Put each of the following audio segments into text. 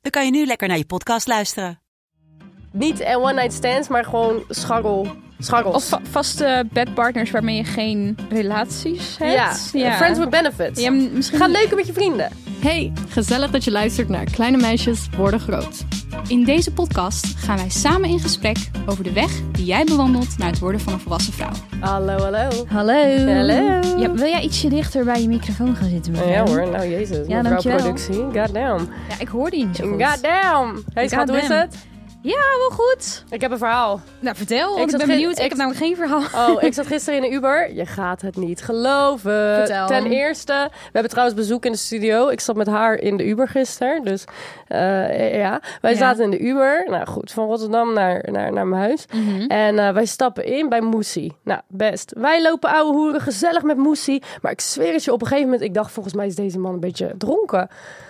dan kan je nu lekker naar je podcast luisteren. Niet eh, one night stands, maar gewoon scharrel. Scharrels. Of va- vaste bedpartners waarmee je geen relaties ja. eh, hebt. Friends with benefits. Ja, m- misschien... Ga leuk met je vrienden. Hey, gezellig dat je luistert naar Kleine Meisjes Worden Groot. In deze podcast gaan wij samen in gesprek over de weg die jij bewandelt naar het worden van een volwassen vrouw. Hallo, hallo. Hallo. Hallo. Ja, wil jij ietsje dichter bij je microfoon gaan zitten? mevrouw? Ja hoor, nou jezus. Ja, mevrouw dankjewel. productie. Goddamn. Ja, ik hoorde je niet zo goed. Goddamn. Hey schat, hoe is Goddamn. het? Ja, wel goed. Ik heb een verhaal. Nou, vertel, Ik want ik, zat ben ge- benieuwd. ik- Ik heb namelijk geen verhaal. Oh, ik zat gisteren in de Uber. Je gaat het niet geloven. Vertel. Ten eerste, we hebben trouwens bezoek in de studio. Ik zat met haar in de Uber gisteren. Dus eh, ja, wij Ja. zaten in de Uber. Nou goed, van Rotterdam naar, naar, naar mijn huis. Mhm. En eh, wij stappen in bij Moesie. Nou, best. Wij lopen ouwe hoeren gezellig met Moesie. Maar ik zweer het je, op een gegeven moment... Ik dacht, volgens mij is deze man een beetje dronken.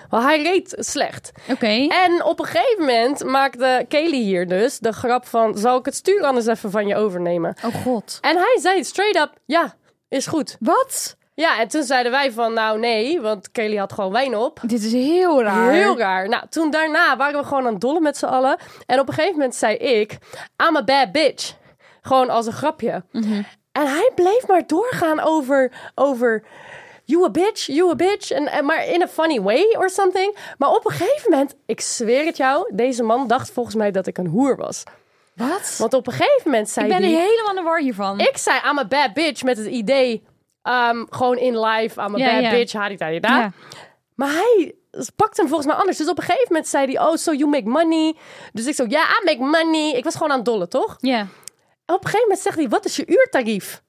Want hij reed slecht. Oké. En op een gegeven moment maakte Kelly hier dus de grap van... Zal ik het stuur anders even van je overnemen? Oh god. En hij zei straight up, ja, is goed. Wat? Ja, en toen zeiden wij van, nou nee, want Kelly had gewoon wijn op. Dit is heel raar. Heel raar. Nou, toen daarna waren we gewoon aan het dollen met z'n allen. En op een gegeven moment zei ik, I'm a bad bitch. Gewoon als een grapje. Mhm. En hij bleef maar doorgaan over, over you a bitch, you a bitch. En, en, maar in a funny way or something. Maar op een gegeven moment, ik zweer het jou, deze man dacht volgens mij dat ik een hoer was. Wat? Want op een gegeven moment zei ik ben er hij... helemaal in de war hiervan. Ik zei, I'm a bad bitch met het idee, ehm, gewoon in live, I'm a Ja, bad ja. bitch, hadi daar. Ja. Maar hij pakte hem volgens mij anders. Dus op een gegeven moment zei hij, oh, so you make money. Dus ik zo, ja, I make money. Ik was gewoon aan het dollen, toch? Ja. En op een gegeven moment zegt hij, wat is je uurtarief?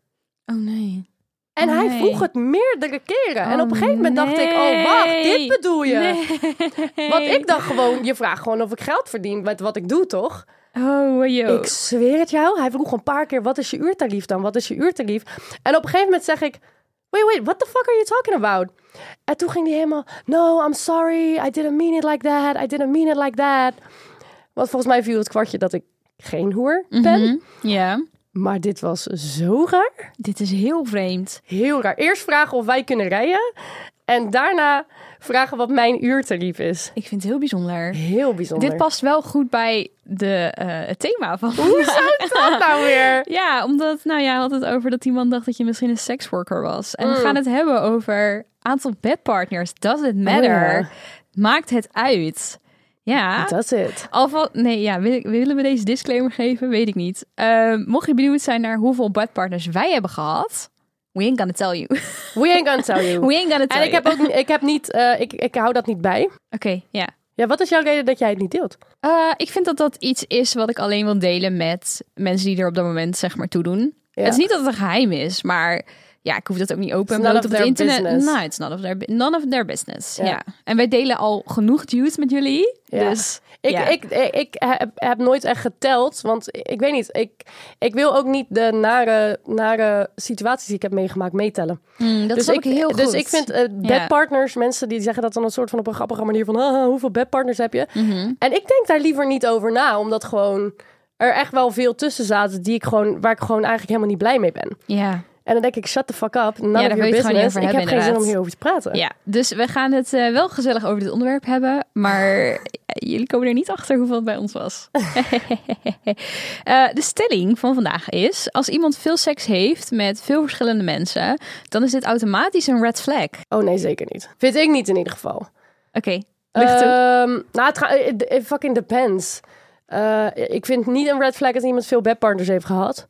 Oh nee. En hij Nee. vroeg het meerdere keren. en Oh, op een gegeven moment dacht ik, oh, nee. wacht, dit bedoel je. Nee. Want ik dacht gewoon, je vraagt gewoon of ik geld verdien met wat ik doe, toch? Oh, yo. Ik zweer het jou. Hij vroeg een paar keer: wat is je uurtarief dan? Wat is je uurtarief? En op een gegeven moment zeg ik: Wait, wait, what the fuck are you talking about? En toen ging hij helemaal: No, I'm sorry. I didn't mean it like that. I didn't mean it like that. Want volgens mij viel het kwartje dat ik geen hoer ben. Mhm. Ja. Maar dit was zo raar. Dit is heel vreemd. Heel raar. Eerst vragen of wij kunnen rijden. En daarna vragen wat mijn uurtarief is. Ik vind het heel bijzonder. Heel bijzonder. Dit past wel goed bij de, eh, het thema van Wat nou weer. Ja, omdat, nou ja, had het over dat die man dacht dat je misschien een seksworker was. En we gaan het hebben over aantal bedpartners. Does it matter? Oh Maakt het uit? Ja. That's it. Alval, nee, ja, wil- willen we deze disclaimer geven? Weet ik niet. Ehm, mocht je benieuwd zijn naar hoeveel bedpartners wij hebben gehad, we ain't gonna tell you. We ain't gonna tell you. We ain't gonna tell En ik you. heb ook ik heb niet, eh, ik, ik hou dat niet bij. Oké, ja. Ja, wat is jouw reden dat jij het niet deelt? Eh, ik vind dat dat iets is wat ik alleen wil delen met mensen die er op dat moment zeg maar toe doen. Ja. Het is niet dat het een geheim is, maar ja, ik hoef dat ook niet open en none bloot of op het their internet. business. Nou, it's none of their, bu- none of their business. Ja. Ja. En wij delen al genoeg juice met jullie. Ja. Dus Ik, ja. ik, ik, ik heb, heb nooit echt geteld, want ik weet niet. Ik, ik wil ook niet de nare, nare situaties die ik heb meegemaakt meetellen. Mm, dat dus snap ik, heel goed. Dus ik vind eh, bedpartners, mensen die zeggen dat dan een soort van op een grappige manier van... "Haha, hoeveel bedpartners heb je? Mhm. En ik denk daar liever niet over na, omdat gewoon er echt wel veel tussen zaten die ik gewoon, waar ik gewoon eigenlijk helemaal niet blij mee ben. Ja. En dan denk ik, shut the fuck up, none daar of wil your je het gewoon niet business. over ik heb hebben, geen zin om inderdaad. hierover te praten. ja, dus we gaan het eh, wel gezellig over dit onderwerp hebben, maar jullie komen er niet achter hoeveel het bij ons was. Eh, de stelling van vandaag is, als iemand veel seks heeft met veel verschillende mensen, dan is dit automatisch een red flag. Oké, Oh nee, zeker niet. Vind ik niet in ieder geval. ligt het ook- Ehm, nou, het, ga- it- it fucking depends. Eh, ik vind niet een red flag als iemand veel bedpartners heeft gehad.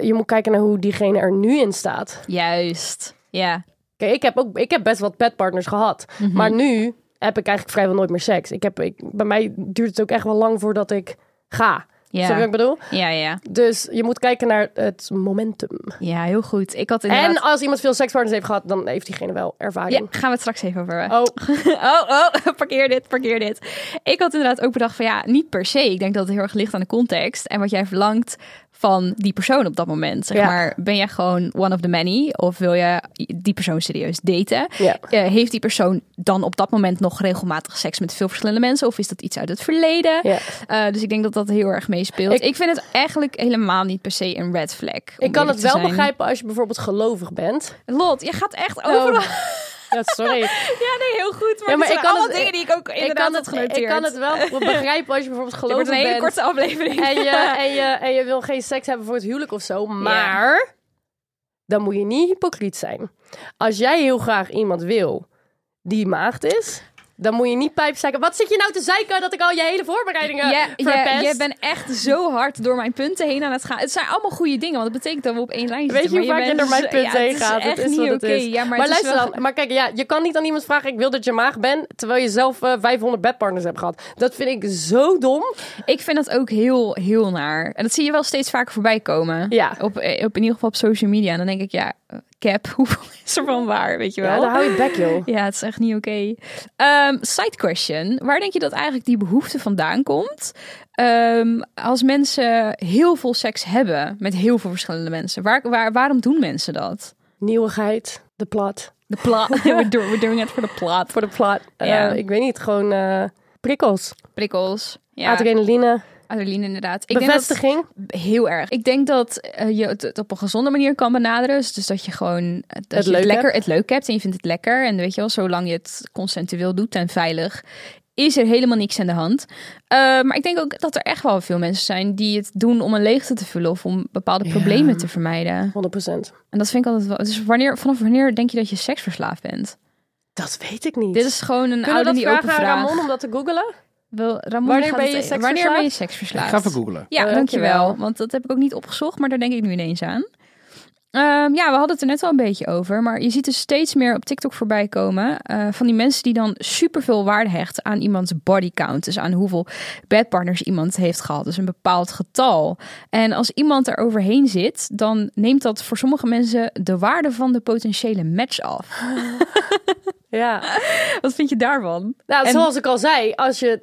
Je moet kijken naar hoe diegene er nu in staat. Juist, ja. Kijk, ik heb, ook, ik heb best wat bedpartners gehad. Mhm. Maar nu heb ik eigenlijk vrijwel nooit meer seks. Ik heb, ik, bij mij duurt het ook echt wel lang voordat ik ga. Snap je wat Ja. ik bedoel? ja, ja. Dus je moet kijken naar het momentum. Ja, heel goed. Ik had inderdaad... En als iemand veel sekspartners heeft gehad, dan heeft diegene wel Ja, ervaring. gaan we het straks even over hebben. Oh, Oh, oh, parkeer dit, parkeer dit. Ik had inderdaad ook bedacht van ja, niet per se. Ik denk dat het heel erg ligt aan de context en wat jij verlangt van die persoon op dat moment. Zeg Ja. maar, ben jij gewoon one of the many of wil je die persoon serieus daten? Ja. Eh, heeft die persoon dan op dat moment nog regelmatig seks met veel verschillende mensen of is dat iets uit het verleden? Ja. Eh, dus ik denk dat dat heel erg meespeelt. Ik, Ik- vind het eigenlijk helemaal niet per se een red flag. om ik kan eerlijk het te wel zijn. begrijpen als je bijvoorbeeld gelovig bent. Lot, je gaat echt overal. Ja, sorry. Ja, nee, heel goed. Maar, Oh. Ja, maar maar ik ik kan allemaal het- dingen die ik ook inderdaad ik kan, had het, genoteerd. ik kan het wel begrijpen als je bijvoorbeeld Dit wordt gelovig een hele bent. korte aflevering. en, je, en, je, en je wil geen seks hebben voor het huwelijk of zo. Maar dan moet je niet hypocriet zijn. Als jij heel graag iemand wil die maagd is, dan moet je niet pijpzeiken. Wat zit je nou te zeiken dat ik al je hele voorbereidingen Ja, verpest? je, je bent echt zo hard door mijn punten heen aan het gaan. Het zijn allemaal goede dingen, want dat betekent dat we op één lijn Weet zitten. je hoe maar vaak je bent door mijn zo- punten ja, heen het gaat? Is Het echt is niet wat het oké. is. Ja, maar, maar het is luister wel- dan, maar kijk, ja, je kan niet aan iemand vragen: ik wil dat je maag bent, terwijl je zelf eh, 500 bedpartners hebt gehad. Dat vind ik zo dom. Ik vind dat ook heel, heel naar. En dat zie je wel steeds vaker voorbij komen. Ja. Op, eh, op, in ieder geval op social media. En dan denk ik, ja, eh, cap, hoeveel is er van waar, weet je wel? Ja, dan hou je bek, joh. Ja, het is echt niet oké. Ehm, side question. Waar denk je dat eigenlijk die behoefte vandaan komt? Ehm, als mensen heel veel seks hebben met heel veel verschillende mensen. Waar, waar, waarom doen mensen dat? Nieuwigheid, de plat. De plaat. we're, do- we're doing it for the plot. Voor de plat. Eh, Ja. ik weet niet, gewoon eh, prikkels, Prikkels. Ja, adrenaline, Adeline inderdaad. Ik denk dat bevestiging. heel erg. Ik denk dat eh, je het, het op een gezonde manier kan benaderen. Dus, dus dat je gewoon eh, dat Het je leuk het lekker hebt. het leuk hebt en je vindt het lekker. En weet je wel, zolang je het consensueel doet en veilig, is er helemaal niks aan de hand. Eh, maar ik denk ook dat er echt wel veel mensen zijn die het doen om een leegte te vullen of om bepaalde problemen te vermijden. 100%. En dat vind ik altijd wel. Dus wanneer, vanaf wanneer denk je dat je seksverslaafd bent? Dat weet ik niet. Dit is gewoon een Kunnen we oude dat die open vragen aan vraag. Ramon om dat te googlen? Wil, Ramon Wanneer gaat ben het- e- je seksverslaafd? wanneer ben je seksverslaafd? Ga even googelen. Ja, Eh, dankjewel. dankjewel. Want dat heb ik ook niet opgezocht, maar daar denk ik nu ineens aan. Ehm, ja, we hadden het er net al een beetje over. Maar je ziet dus steeds meer op TikTok voorbij komen. eh, van die mensen die dan superveel waarde hechten aan iemands bodycount. Dus aan hoeveel bedpartners iemand heeft gehad. Dus een bepaald getal. En als iemand er overheen zit, dan neemt dat voor sommige mensen de waarde van de potentiële match af. Ja. Wat vind je daarvan? Nou, En- zoals ik al zei, als je,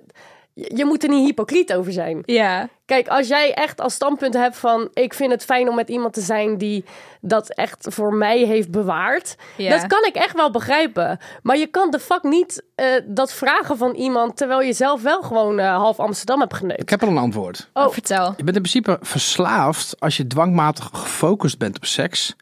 je je moet er niet hypocriet over zijn. Ja, Kijk, als jij echt als standpunt hebt van... ik vind het fijn om met iemand te zijn die dat echt voor mij heeft bewaard... Ja. dat kan ik echt wel begrijpen. Maar je kan de fuck niet eh, dat vragen van iemand... terwijl je zelf wel gewoon eh, half Amsterdam hebt geneukt. Ik heb al een antwoord. Oh. vertel. Je bent in principe verslaafd als je dwangmatig gefocust bent op seks.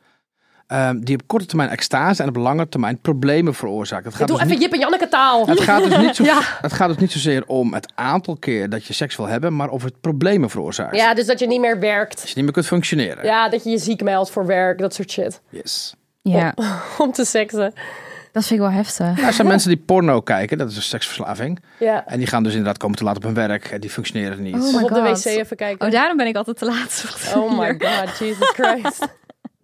ehm, die op korte termijn extase en op lange termijn problemen veroorzaakt. Het gaat, Doe dus even niet, Jip en Janneke taal. het, gaat dus niet zo, Ja. het gaat dus niet zozeer om het aantal keer dat je seks wil hebben, maar of het problemen veroorzaakt. Ja, dus dat je niet meer werkt. Dat je niet meer kunt functioneren. Ja, dat je je ziek meldt voor werk, dat soort shit. Yes. Ja, Om te seksen. dat vind ik wel heftig. Ja, er zijn mensen die porno kijken, dat is een seksverslaving. Ja. En die gaan dus inderdaad komen te laat op hun werk en die functioneren niet. Oh my Of op de God. wc even kijken. Oh, daarom ben ik altijd te laat. Oh my god, Jesus Christ.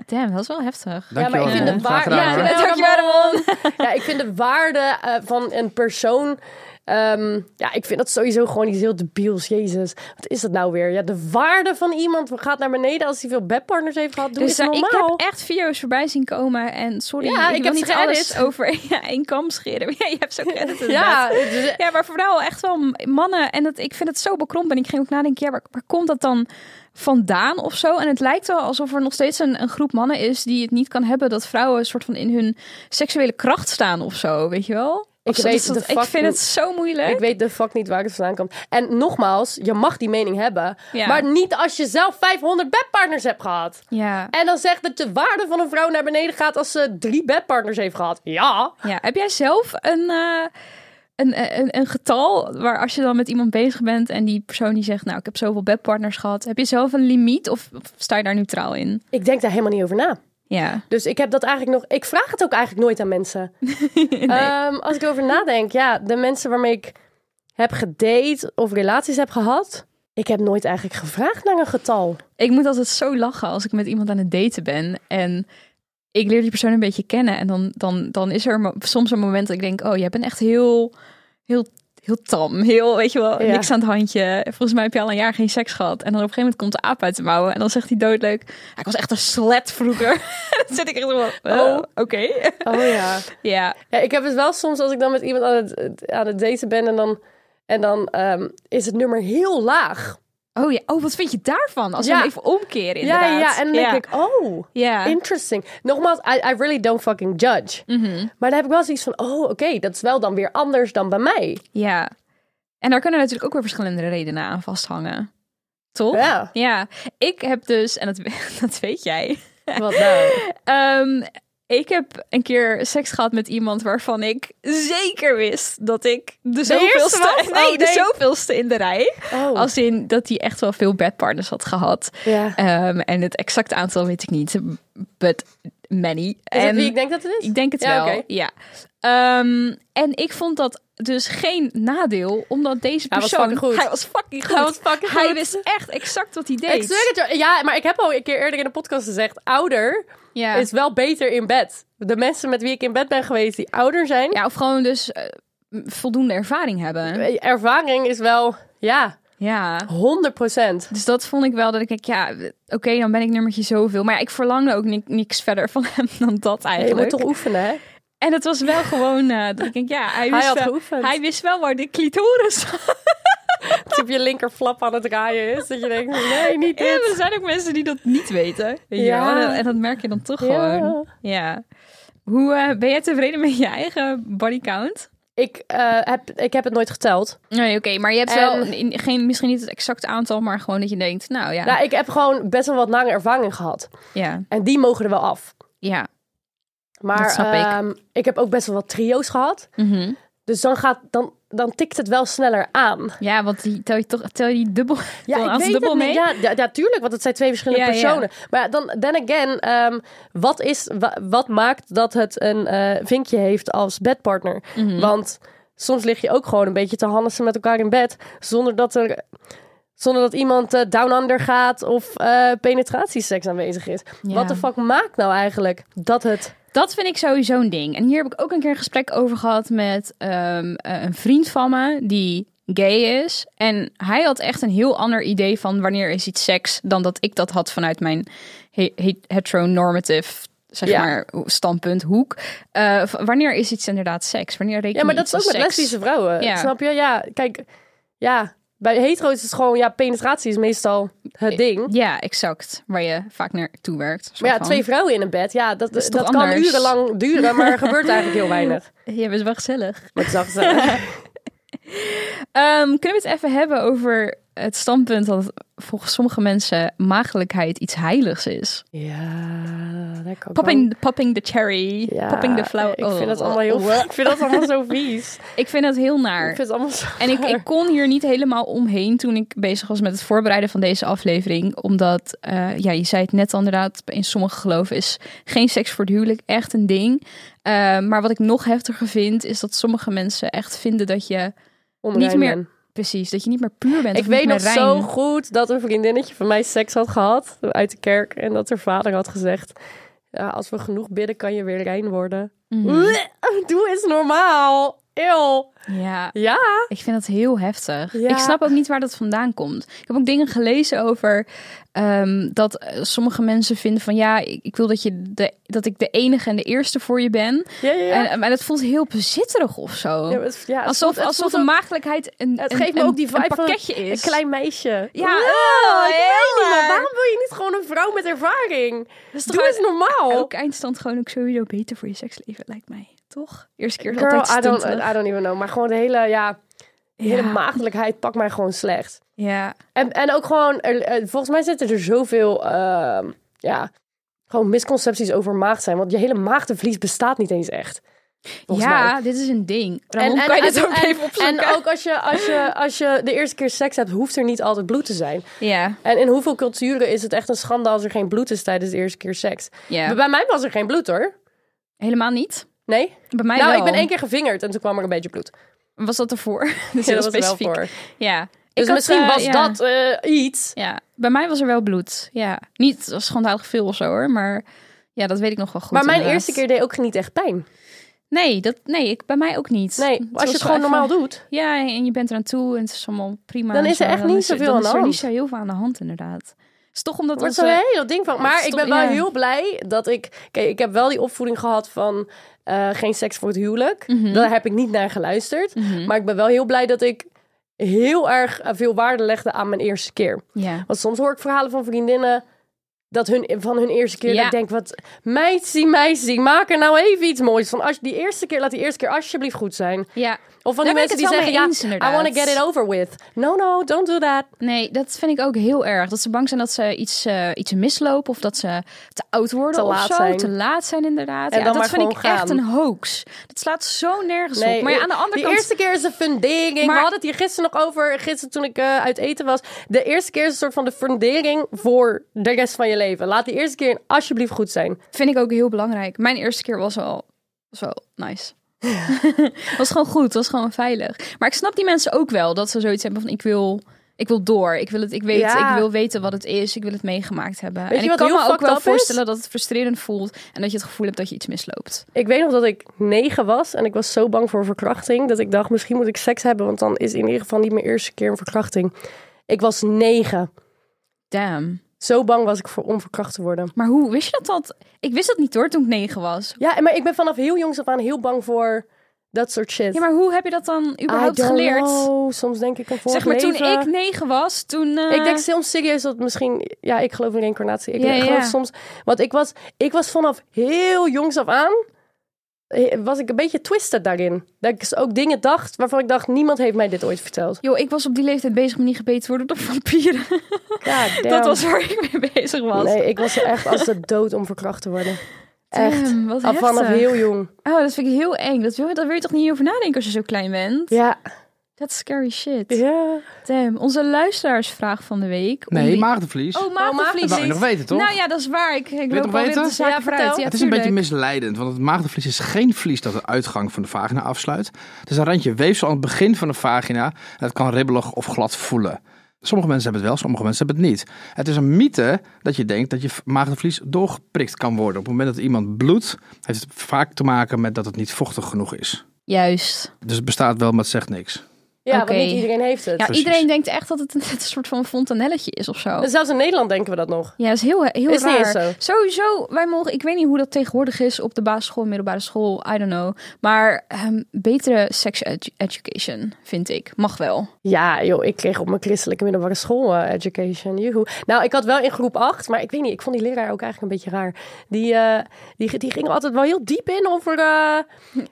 Damn, dat is wel heftig. Ja, maar Dankjewel. ik vind de Ramon. Graag waarde. gedaan, hoor. Ja, Dankjewel, Ramon. Ja, ik vind de waarde eh, van een persoon. ehm, ja, ik vind dat sowieso gewoon iets heel debiels. Jezus, wat is dat nou weer? Ja, de waarde van iemand gaat naar beneden als hij veel bedpartners heeft gehad. Doe Dus is daar- ik normaal. heb echt video's voorbij zien komen. En sorry, Ja, ik, ik wil heb niet ze alles geëdit. over ja, één kam scheren. Maar ja, je hebt zo credit ja, inderdaad. het is- Ja, maar vooral echt wel m- mannen. En dat, ik vind het zo bekrompen. En ik ging ook nadenken, ja, waar, waar komt dat dan vandaan of zo? En het lijkt wel alsof er nog steeds een, een groep mannen is die het niet kan hebben dat vrouwen een soort van in hun seksuele kracht staan of zo, weet je wel? Ik Of zo, weet dus dat- de ik fuck vind niet. het zo moeilijk. ik weet de fuck niet waar het vandaan komt. En nogmaals, je mag die mening hebben. Ja. Maar niet als je zelf 500 bedpartners hebt gehad. ja. En dan zegt dat de waarde van een vrouw naar beneden gaat als ze drie bedpartners heeft gehad. Ja. Ja, heb jij zelf een, eh, een, een, een getal waar als je dan met iemand bezig bent en die persoon die zegt, nou ik heb zoveel bedpartners gehad, heb je zelf een limiet of, of sta je daar neutraal in? Ik denk daar helemaal niet over na. Ja, Dus ik heb dat eigenlijk nog. Ik vraag het ook eigenlijk nooit aan mensen. Eh, Ehm, als ik erover nadenk, ja, de mensen waarmee ik heb gedate of relaties heb gehad. Ik heb nooit eigenlijk gevraagd naar een getal. ik moet altijd zo lachen als ik met iemand aan het daten ben en ik leer die persoon een beetje kennen en dan, dan, dan is er mo- soms een moment dat ik denk, oh jij bent echt heel, heel heel tam, heel, weet je wel, Ja. niks aan het handje. Volgens mij heb je al een jaar geen seks gehad. En dan op een gegeven moment komt de aap uit de mouwen. En dan zegt hij doodleuk, "Ja, ik was echt een slet vroeger. dan zit ik echt wel, oh, Oh. oké. Oh ja. ja, Ja, ik heb het wel soms als ik dan met iemand aan het, aan het daten ben en dan, en dan ehm, is het nummer heel laag. Oh ja, oh, wat vind je daarvan? Als we Ja. hem even omkeren, Ja, inderdaad. ja, en dan denk ja. ik, oh, Ja. interesting. Nogmaals, I, I really don't fucking judge. Mhm. Maar dan heb ik wel zoiets van, oh, oké, dat is wel dan weer anders dan bij mij. Ja. En daar kunnen natuurlijk ook weer verschillende redenen aan vasthangen. Toch? Ja. Ja. Ik heb dus, en dat, we- dat weet jij. Wat nou? Ehm, ik heb een keer seks gehad met iemand waarvan ik zeker wist dat ik de, zoveelste, was? nee, Oh, de nee. zoveelste in de rij. Oh. Als in dat hij echt wel veel bedpartners had gehad. Ja. Ehm, en het exacte aantal weet ik niet. But many. Is en het wie ik denk dat het is? ik denk het Ja, wel. oké. Ja. Ehm, en ik vond dat dus geen nadeel, omdat deze Hij was persoon fucking goed. hij was fucking goed. Hij was fucking Hij goed. wist echt exact wat hij Ik deed. zweer het je- Ja, maar ik heb al een keer eerder in de podcast gezegd, ouder ja. is wel beter in bed. De mensen met wie ik in bed ben geweest die ouder zijn, ja, of gewoon dus eh, voldoende ervaring hebben. eh, ervaring is wel, ja, Ja. 100 procent. Dus dat vond ik wel dat ik denk, ja, oké, dan ben ik nummertje zoveel. Maar ja, ik verlangde ook ni- niks verder van hem dan dat Je moet eigenlijk. toch oefenen, hè? En het was wel gewoon eh, dat ik denk, ja, hij wist, had wel, geoefend. hij wist wel waar de clitoris Dat je op je linkerflap aan het draaien is. Dat je denkt, nee, niet Ja, maar dit. er zijn ook mensen die dat niet weten. Weet Ja. je wel? En dat merk je dan toch Ja. gewoon. Ja. Hoe eh, ben jij tevreden met je eigen bodycount? Ik, eh, heb, ik heb het nooit geteld. Nee, oké, maar je hebt wel geen, misschien niet het exact aantal, maar gewoon dat je denkt, nou ja. Nou, ik heb gewoon best wel wat lange ervaring gehad. ja, En die mogen er wel af. ja. Maar Dat snap ik. ehm, ik heb ook best wel wat trio's gehad. Mhm. Dus dan, gaat, dan, dan tikt het wel sneller aan. ja, want die, tel je toch tel je die dubbel, Ja, ik als weet dubbel het mee? niet. Ja, ja, ja, tuurlijk, want het zijn twee verschillende Ja, ja. personen. Maar ja, dan, then again, ehm, wat, is, wa- wat maakt dat het een eh, vinkje heeft als bedpartner? Mhm. Want soms lig je ook gewoon een beetje te hannissen met elkaar in bed, zonder dat er... Zonder dat iemand eh, down under gaat of eh penetratieseks aanwezig is. Wat de fuck maakt nou eigenlijk dat het... Dat vind ik sowieso een ding. En hier heb ik ook een keer een gesprek over gehad met ehm, eh, een vriend van me die gay is. En hij had echt een heel ander idee van wanneer is iets seks dan dat ik dat had vanuit mijn he- he- heteronormative zeg Ja. maar standpunt hoek. Eh, v- wanneer is iets inderdaad seks? Wanneer reken Ja, maar je dat iets is ook met als seks? lesbische vrouwen. Ja. Snap je? Ja, kijk. Ja, bij hetero is het gewoon... Ja, penetratie is meestal Eh, het ding. Ja, exact. Waar je vaak naartoe werkt. soort Maar ja, van. twee vrouwen in een bed, ja, dat, dat, is toch kan anders? urenlang duren, maar er gebeurt eigenlijk heel weinig. Ja, best wel gezellig. Maar ik zag ze. Ehm, kunnen we het even hebben over het standpunt dat volgens sommige mensen maagdelijkheid iets heiligs is? Ja, dat kan Popping, popping the cherry, Ja, popping the flower. Ik vind dat Oh, allemaal heel, ik vind dat allemaal zo vies. Ik vind dat heel Ik naar. vind het allemaal zo En ik, raar. ik kon hier niet helemaal omheen toen ik bezig was met het voorbereiden van deze aflevering. Omdat, eh, ja, je zei het net al inderdaad, in sommige geloven is geen seks voor het huwelijk echt een ding. Eh, maar wat ik nog heftiger vind, is dat sommige mensen echt vinden dat je Onrein niet meer... ben. Precies, dat je niet meer puur bent. Ik of niet weet meer nog rein. zo goed dat een vriendinnetje van mij seks had gehad uit de kerk en dat haar vader had gezegd: ja, als we genoeg bidden, kan je weer rein worden. Mhm. Doe eens normaal. Eeuw. Ja, Ja. Ik vind dat heel heftig. Ja. Ik snap ook niet waar dat vandaan komt. Ik heb ook dingen gelezen over ehm, dat eh, sommige mensen vinden van ja, ik, ik wil dat, je de, dat ik de enige en de eerste voor je ben. Ja, ja, ja. En, eh, maar dat voelt heel bezitterig of zo. Ja, maar het- ja, het alsof voelt- het alsof voelt een ook- maagdelijkheid een, Het een- geeft me een- ook die een vibe van pakketje is. Een klein meisje. Ja, Wow, oh, ik weet niet, heel maar erg. waarom wil je niet gewoon een vrouw met ervaring? Dat is toch Doe nou. eens normaal. Ook eindstand gewoon ook sowieso beter voor je seksleven, lijkt mij. Toch? Eerste keer is Girl, I altijd don't, stunterig. I don't even know. Maar gewoon de hele, ja, de hele Ja. maagdelijkheid pakt mij gewoon slecht. Ja. En, en ook gewoon, er- eh, volgens mij zitten er zoveel, ehm, ja, gewoon misconcepties over maagd zijn. Want je hele maagdenvlies bestaat niet eens echt. Volgens mij. ja, dit is een ding. Ramon, en, kan je en- dit ook en- even opzoeken? En ook als je, als, je, als je de eerste keer seks hebt, hoeft er niet altijd bloed te zijn. ja, En in hoeveel culturen is het echt een schande als er geen bloed is tijdens de eerste keer seks? ja. Maar Bij mij was er geen bloed hoor. Helemaal niet. Nee? Bij mij nou, wel. ik ben één keer gevingerd en toen kwam er een beetje bloed. Was dat ervoor? Dus Ja, dat heel was er wel specifiek. voor. Ja. Ik Dus had, misschien eh, was ja. dat eh, iets. Ja, bij mij was er wel bloed. Ja. Niet schandalig veel of zo hoor, maar ja, dat weet ik nog wel goed. maar mijn inderdaad. eerste keer deed ook niet echt pijn. Nee, dat, nee ik, bij mij ook niet. Nee, Het als was je het wel gewoon even- normaal doet. Ja, en je bent eraan toe en het is allemaal prima. Dan en is er zo. echt Dan niet is er- zoveel dan aan de is er hand. niet zo heel veel aan de hand, inderdaad. Het eh, is toch omdat wordt onze... zo'n heel ding van. Maar ik stop- ben wel ja. heel blij dat ik. Kijk, ik heb wel die opvoeding gehad van eh, geen seks voor het huwelijk. Mhm. Daar heb ik niet naar geluisterd. Maar ik ben wel heel blij dat ik heel erg eh, veel waarde legde aan mijn eerste keer. Ja. Want soms hoor ik verhalen van vriendinnen. Dat hun, van hun eerste keer. Ja. Dat ik denk, wat meidsie, meidsie, maak er nou even iets moois van. Als, die eerste keer, laat die eerste keer alsjeblieft goed zijn. ja. Of van Daar die ben ik mensen het die wel mee zeggen, ja, eens, I want inderdaad. to get it over with. No, no, don't do that. Nee, dat vind ik ook heel erg. Dat ze bang zijn dat ze iets, eh, iets mislopen of dat ze te oud worden Te of laat zo. zijn. Te laat zijn inderdaad. En ja, dan dat maar vind ik gewoon gaan. eh, echt een hoax. Dat slaat zo nergens op. Maar ja, aan de andere die kant... eerste keer is een fundering. Maar- We hadden het hier gisteren nog over, gisteren toen ik eh, uit eten was. De eerste keer is een soort van de fundering voor de rest van je leven. Laat die eerste keer alsjeblieft goed zijn. Vind ik ook heel belangrijk. Mijn eerste keer was al was wel nice. was gewoon goed, was gewoon veilig. Maar ik snap die mensen ook wel dat ze zoiets hebben van ik wil, ik wil door, ik wil het, ik weet, Ja. ik wil weten wat het is, ik wil het meegemaakt hebben. je en ik wat kan heel me ook fucked wel up is? voorstellen dat het frustrerend voelt en dat je het gevoel hebt dat je iets misloopt. Ik weet nog dat ik negen was en ik was zo bang voor verkrachting. Dat ik dacht, misschien moet ik seks hebben, want dan is in ieder geval niet mijn eerste keer een verkrachting. Ik was negen. Damn. Zo bang was ik voor om verkracht te worden. Maar hoe wist je dat dat? Ik wist dat niet hoor toen ik negen was. Ja, maar ik ben vanaf heel jongs af aan heel bang voor dat soort shit. Ja, maar hoe heb je dat dan überhaupt I don't geleerd? know. Soms denk ik een vorig Zeg maar toen leven. ik negen was, toen. eh, Ik denk soms serieus dat misschien... Ja, ik geloof in reïncarnatie. Ik Ja, ja. geloof soms... Want ik was, ik was vanaf heel jongs af aan... eh, Was ik een beetje twisted daarin. Dat ik dus ook dingen dacht waarvan ik dacht... Niemand heeft mij dit ooit verteld. Joh, ik was op die leeftijd bezig met niet gebeten te worden door vampieren. Ja, Dat was waar ik mee bezig was. Nee, ik was echt als de dood om verkracht te worden. Echt. Damn, wat Al vanaf heftig. heel jong. Oh, dat vind ik heel eng. Dat wil, je- daar wil je toch niet over nadenken als je zo klein bent? Ja. Dat is scary shit. ja. Damn, onze luisteraarsvraag van de week. Om Nee, die- maagdenvlies. Oh, dat maagdenvlies. wou je nog weten, toch? Nou ja, dat is waar. Ik, ik het loop nog alweer weten? op de zaak Ja, vooruit. vertel. Ja, Het het is een beetje tuurlijk. misleidend, want het maagdenvlies is geen vlies dat de uitgang van de vagina afsluit. Het is een randje weefsel aan het begin van de vagina en het kan ribbelig of glad voelen. Sommige mensen hebben het wel, sommige mensen hebben het niet. Het is een mythe dat je denkt dat je maagdenvlies doorgeprikt kan worden. Op het moment dat iemand bloedt, heeft het vaak te maken met dat het niet vochtig genoeg is. Juist. Dus het bestaat wel, maar het zegt niks. Ja, Oké. want niet iedereen heeft het. Ja, Precies. iedereen denkt echt dat het een, een soort van fontanelletje is of zo. En zelfs in Nederland denken we dat nog. Ja, dat is heel, heel Is niet raar. eens zo. Sowieso, wij mogen, ik weet niet hoe dat tegenwoordig is op de basisschool, middelbare school, I don't know. Maar ehm, betere sex edu- education, vind ik. Mag wel. Ja, joh, ik kreeg op mijn christelijke middelbare school eh, education. Joehoe. Nou, ik had wel in groep 8, maar ik weet niet, ik vond die leraar ook eigenlijk een beetje raar. Die, eh, die, die ging altijd wel heel diep in over. eh,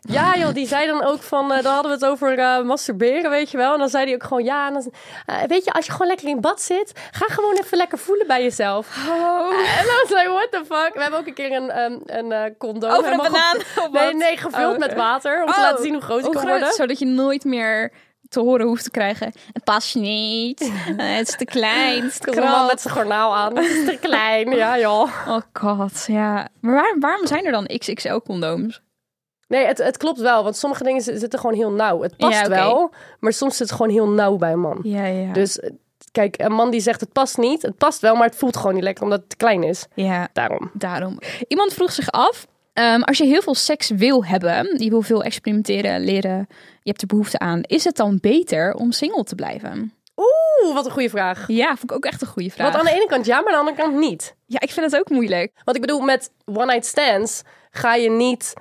ja, joh, die zei dan ook van. eh, dan hadden we het over eh, masturberen, weet je wel. En dan zei hij ook gewoon ja. En dan, eh, weet je, als je gewoon lekker in bad zit, ga gewoon even lekker voelen bij jezelf. Oh. En dan was ik, what the fuck. We hebben ook een keer een, een, een eh, condoom. Over een helemaal banaan. ge- Nee, nee, gevuld Oh, met oké. water. Om te Oh, laten zien hoe groot het Hoe kan groot, worden. zodat je nooit meer te horen hoeft te krijgen. Het past niet. Eh, het is te klein. Het is te Ik was een man krap. met zijn garnaal aan. Het is te klein, ja joh. Oh god, ja. Maar waar- waarom zijn er dan XXL-condooms? Nee, het, het klopt wel, want sommige dingen zi- zitten gewoon heel nauw. Het past Ja, oké. wel, maar soms zit het gewoon heel nauw bij een man. Ja, ja. Dus eh, kijk, een man die zegt het past niet, het past wel, maar het voelt gewoon niet lekker omdat het te klein is. ja. Daarom. Daarom. Iemand vroeg zich af. ehm, als je heel veel seks wil hebben, je wil veel experimenteren, leren, je hebt er behoefte aan, is het dan beter om single te blijven? Oeh, wat een goede vraag. Ja, vond ik ook echt een goede vraag. Want aan de ene kant ja, maar aan de andere kant niet. Ja, ik vind het ook moeilijk. Want ik bedoel, met one-night stands ga je niet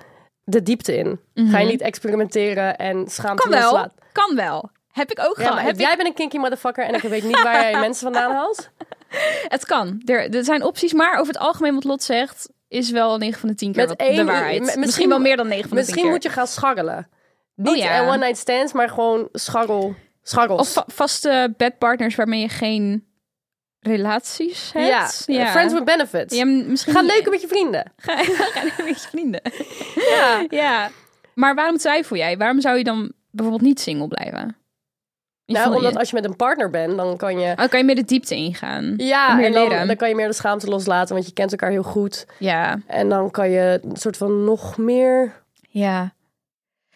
de diepte in. Ga je niet experimenteren en schaamte Kan wel, loslaten. kan wel. Heb ik ook Ja, gehad. maar Heb ik- jij bent een kinky motherfucker en ik weet niet waar jij mensen vandaan haalt. Het kan. Er, er zijn opties, maar over het algemeen wat Lot zegt is wel 9 van de 10 keer Met wat- één- de waarheid. met- misschien, misschien- wel meer dan 9 van de 10 Misschien keer. moet je gaan scharrelen. Niet Oh ja. eh, one night stands, maar gewoon scharrel. Scharrels. Of va- vaste bedpartners waarmee je geen relaties ja. hebt. eh, Friends with benefits. Ja, m- misschien Ga leuk met je vrienden. Ga, ga leuk met je vrienden. Ja. Ja. Maar waarom twijfel jij? Waarom zou je dan bijvoorbeeld niet single blijven? Je Nou, voelt- omdat als je met een partner bent, dan kan je... Oh, kan je meer de diepte ingaan? Ja, Ah, meer en dan, leren. dan kan je meer de schaamte loslaten, want je kent elkaar heel goed. Ja. En dan kan je een soort van nog meer... Ja.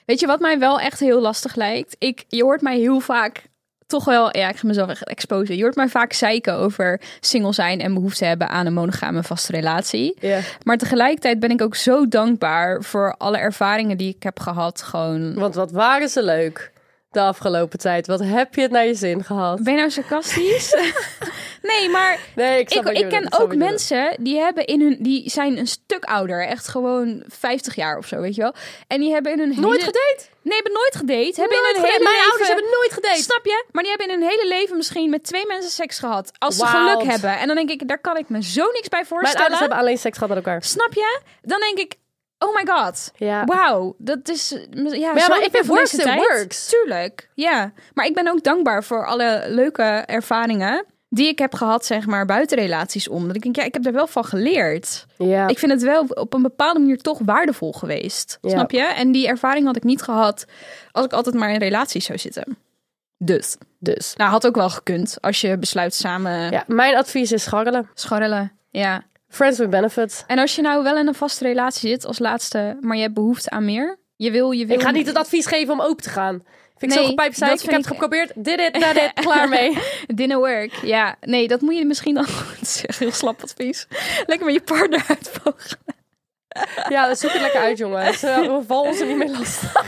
Weet je wat mij wel echt heel lastig lijkt? Ik, je hoort mij heel vaak toch wel, ja, ik ga mezelf echt exposen. Je hoort mij vaak zeiken over single zijn en behoefte hebben aan een monogame vaste relatie. Ja. Maar tegelijkertijd ben ik ook zo dankbaar voor alle ervaringen die ik heb gehad. Gewoon. Want wat waren ze leuk de afgelopen tijd? Wat heb je het naar je zin gehad? Ben je nou sarcastisch? nee, maar Nee, ik, ik, snap wat ik, je bedoelt, ken snap ook wat je bedoelt. mensen die hebben in hun die zijn een stuk ouder, echt gewoon 50 jaar of zo, weet je wel. En die hebben in hun Nooit hele, gedate. nee, hebben nooit gedate, hebben Nooit in gedate. hun hele Mijn leven, ouders hebben nooit gedate. Snap je? Maar die hebben in hun hele leven misschien met twee mensen seks gehad, als ze Wild. geluk hebben. En dan denk ik, daar kan ik me zo niks bij Mijn voorstellen. ouders hebben alleen seks gehad met elkaar. Snap je? Dan denk ik, oh my god. Ja. Wauw, dat is. eh, m- Ja, maar zo if ik ben it van works, deze it tijd. works. Tuurlijk. Ja, maar ik ben ook dankbaar voor alle leuke ervaringen die ik heb gehad, zeg maar, buiten relaties om. Dat ik denk, ja, ik heb daar wel van geleerd. Ja. Ik vind het wel op een bepaalde manier toch waardevol geweest. Ja. Snap je? En die ervaring had ik niet gehad als ik altijd maar in relaties zou zitten. Dus. Dus. Nou, had ook wel gekund als je besluit samen Ja, mijn advies is scharrelen. scharrelen. Ja. Friends with benefits. En als je nou wel in een vaste relatie zit als laatste, maar je hebt behoefte aan meer. Je wil, je wil. Ik ga niet het advies geven om open te gaan. Vind ik Nee, zo gepijpt zijn. dat Ik heb het vind ik- geprobeerd. Dit, dit, dat, dit. Klaar mee. Dinner work. Ja, nee, dat moet je misschien dan. Het is echt heel slap advies. Lekker met je partner uitvogelen. Eh, Ja, zoek het lekker uit, jongens. Eh, Val ons er niet mee lastig.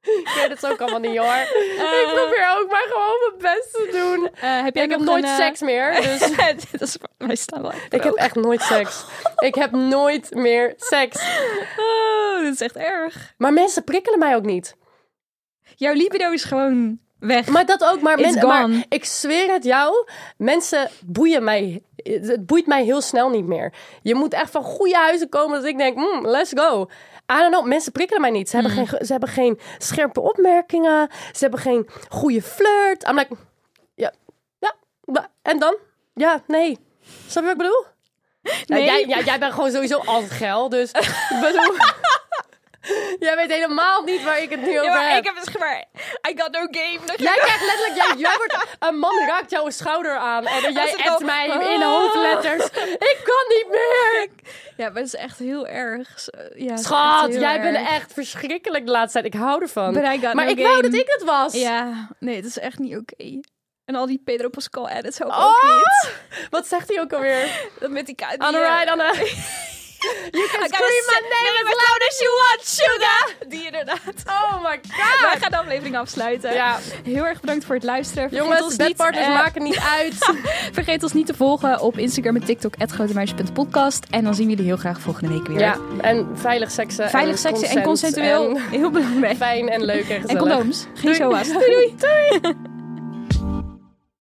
Ik weet het ook allemaal niet, hoor. ik probeer ook maar gewoon mijn best te doen. heb ik eh, heb nooit seks meer, dus... dat is, wij staan wel. echt Ik heb droog. echt nooit seks. Ik heb nooit meer seks. Oh, dit is echt erg. Maar mensen prikkelen mij ook niet. Jouw libido is gewoon weg. Maar dat ook, maar, It's men- maar gone. ik zweer het jou, mensen boeien mij. Het boeit mij heel snel niet meer. Je moet echt van goede huizen komen dat ik denk, mm, let's go. I don't know, mensen prikkelen mij niet. Ze, Hmm. hebben geen, ze hebben geen scherpe opmerkingen. Ze hebben geen goede flirt. I'm like, ja, ja, wa- en dan? Ja, nee. Snap je wat ik bedoel? Nou, Nee. jij, jij, jij bent gewoon sowieso altijd geil, dus ik bedoel... jij weet helemaal niet waar ik het nu over Ja, maar heb. ik heb het maar. I got no game. Dat Jij krijgt letterlijk, jij, jij wordt, een man raakt jouw schouder aan en dan jij Als het appt dan- mij in hoofdletters. Ik Ah. kan niet meer. Ja, maar het is echt heel erg. eh, Ja, het is echt Schat, heel jij bent erg. echt verschrikkelijk de laatste tijd. Ik hou ervan. But I got maar no ik wou game. dat ik het was. Ja, nee, het is echt niet oké. En al die Pedro Pascal edits helpen ook Oh! niet. Wat zegt hij ook alweer? Dat met die eh, kaart. Alright, Anna. You can scream my name as loud as you want, sugar. Die inderdaad. Oh my Wij god. gaan de aflevering afsluiten. Ja, Heel erg bedankt voor het luisteren. Vergeet jongens, ons bedpartners niet, eh, maken niet uit. Vergeet ons niet te volgen op Instagram en TikTok, grotemeisje.podcast. En dan zien we jullie heel graag volgende week weer. Ja, en veilig seksen. Veilig en seksen en consent consensueel. en Heel belangrijk. fijn en leuk en En gezellig. condooms. Geen zoas. Doei. doei.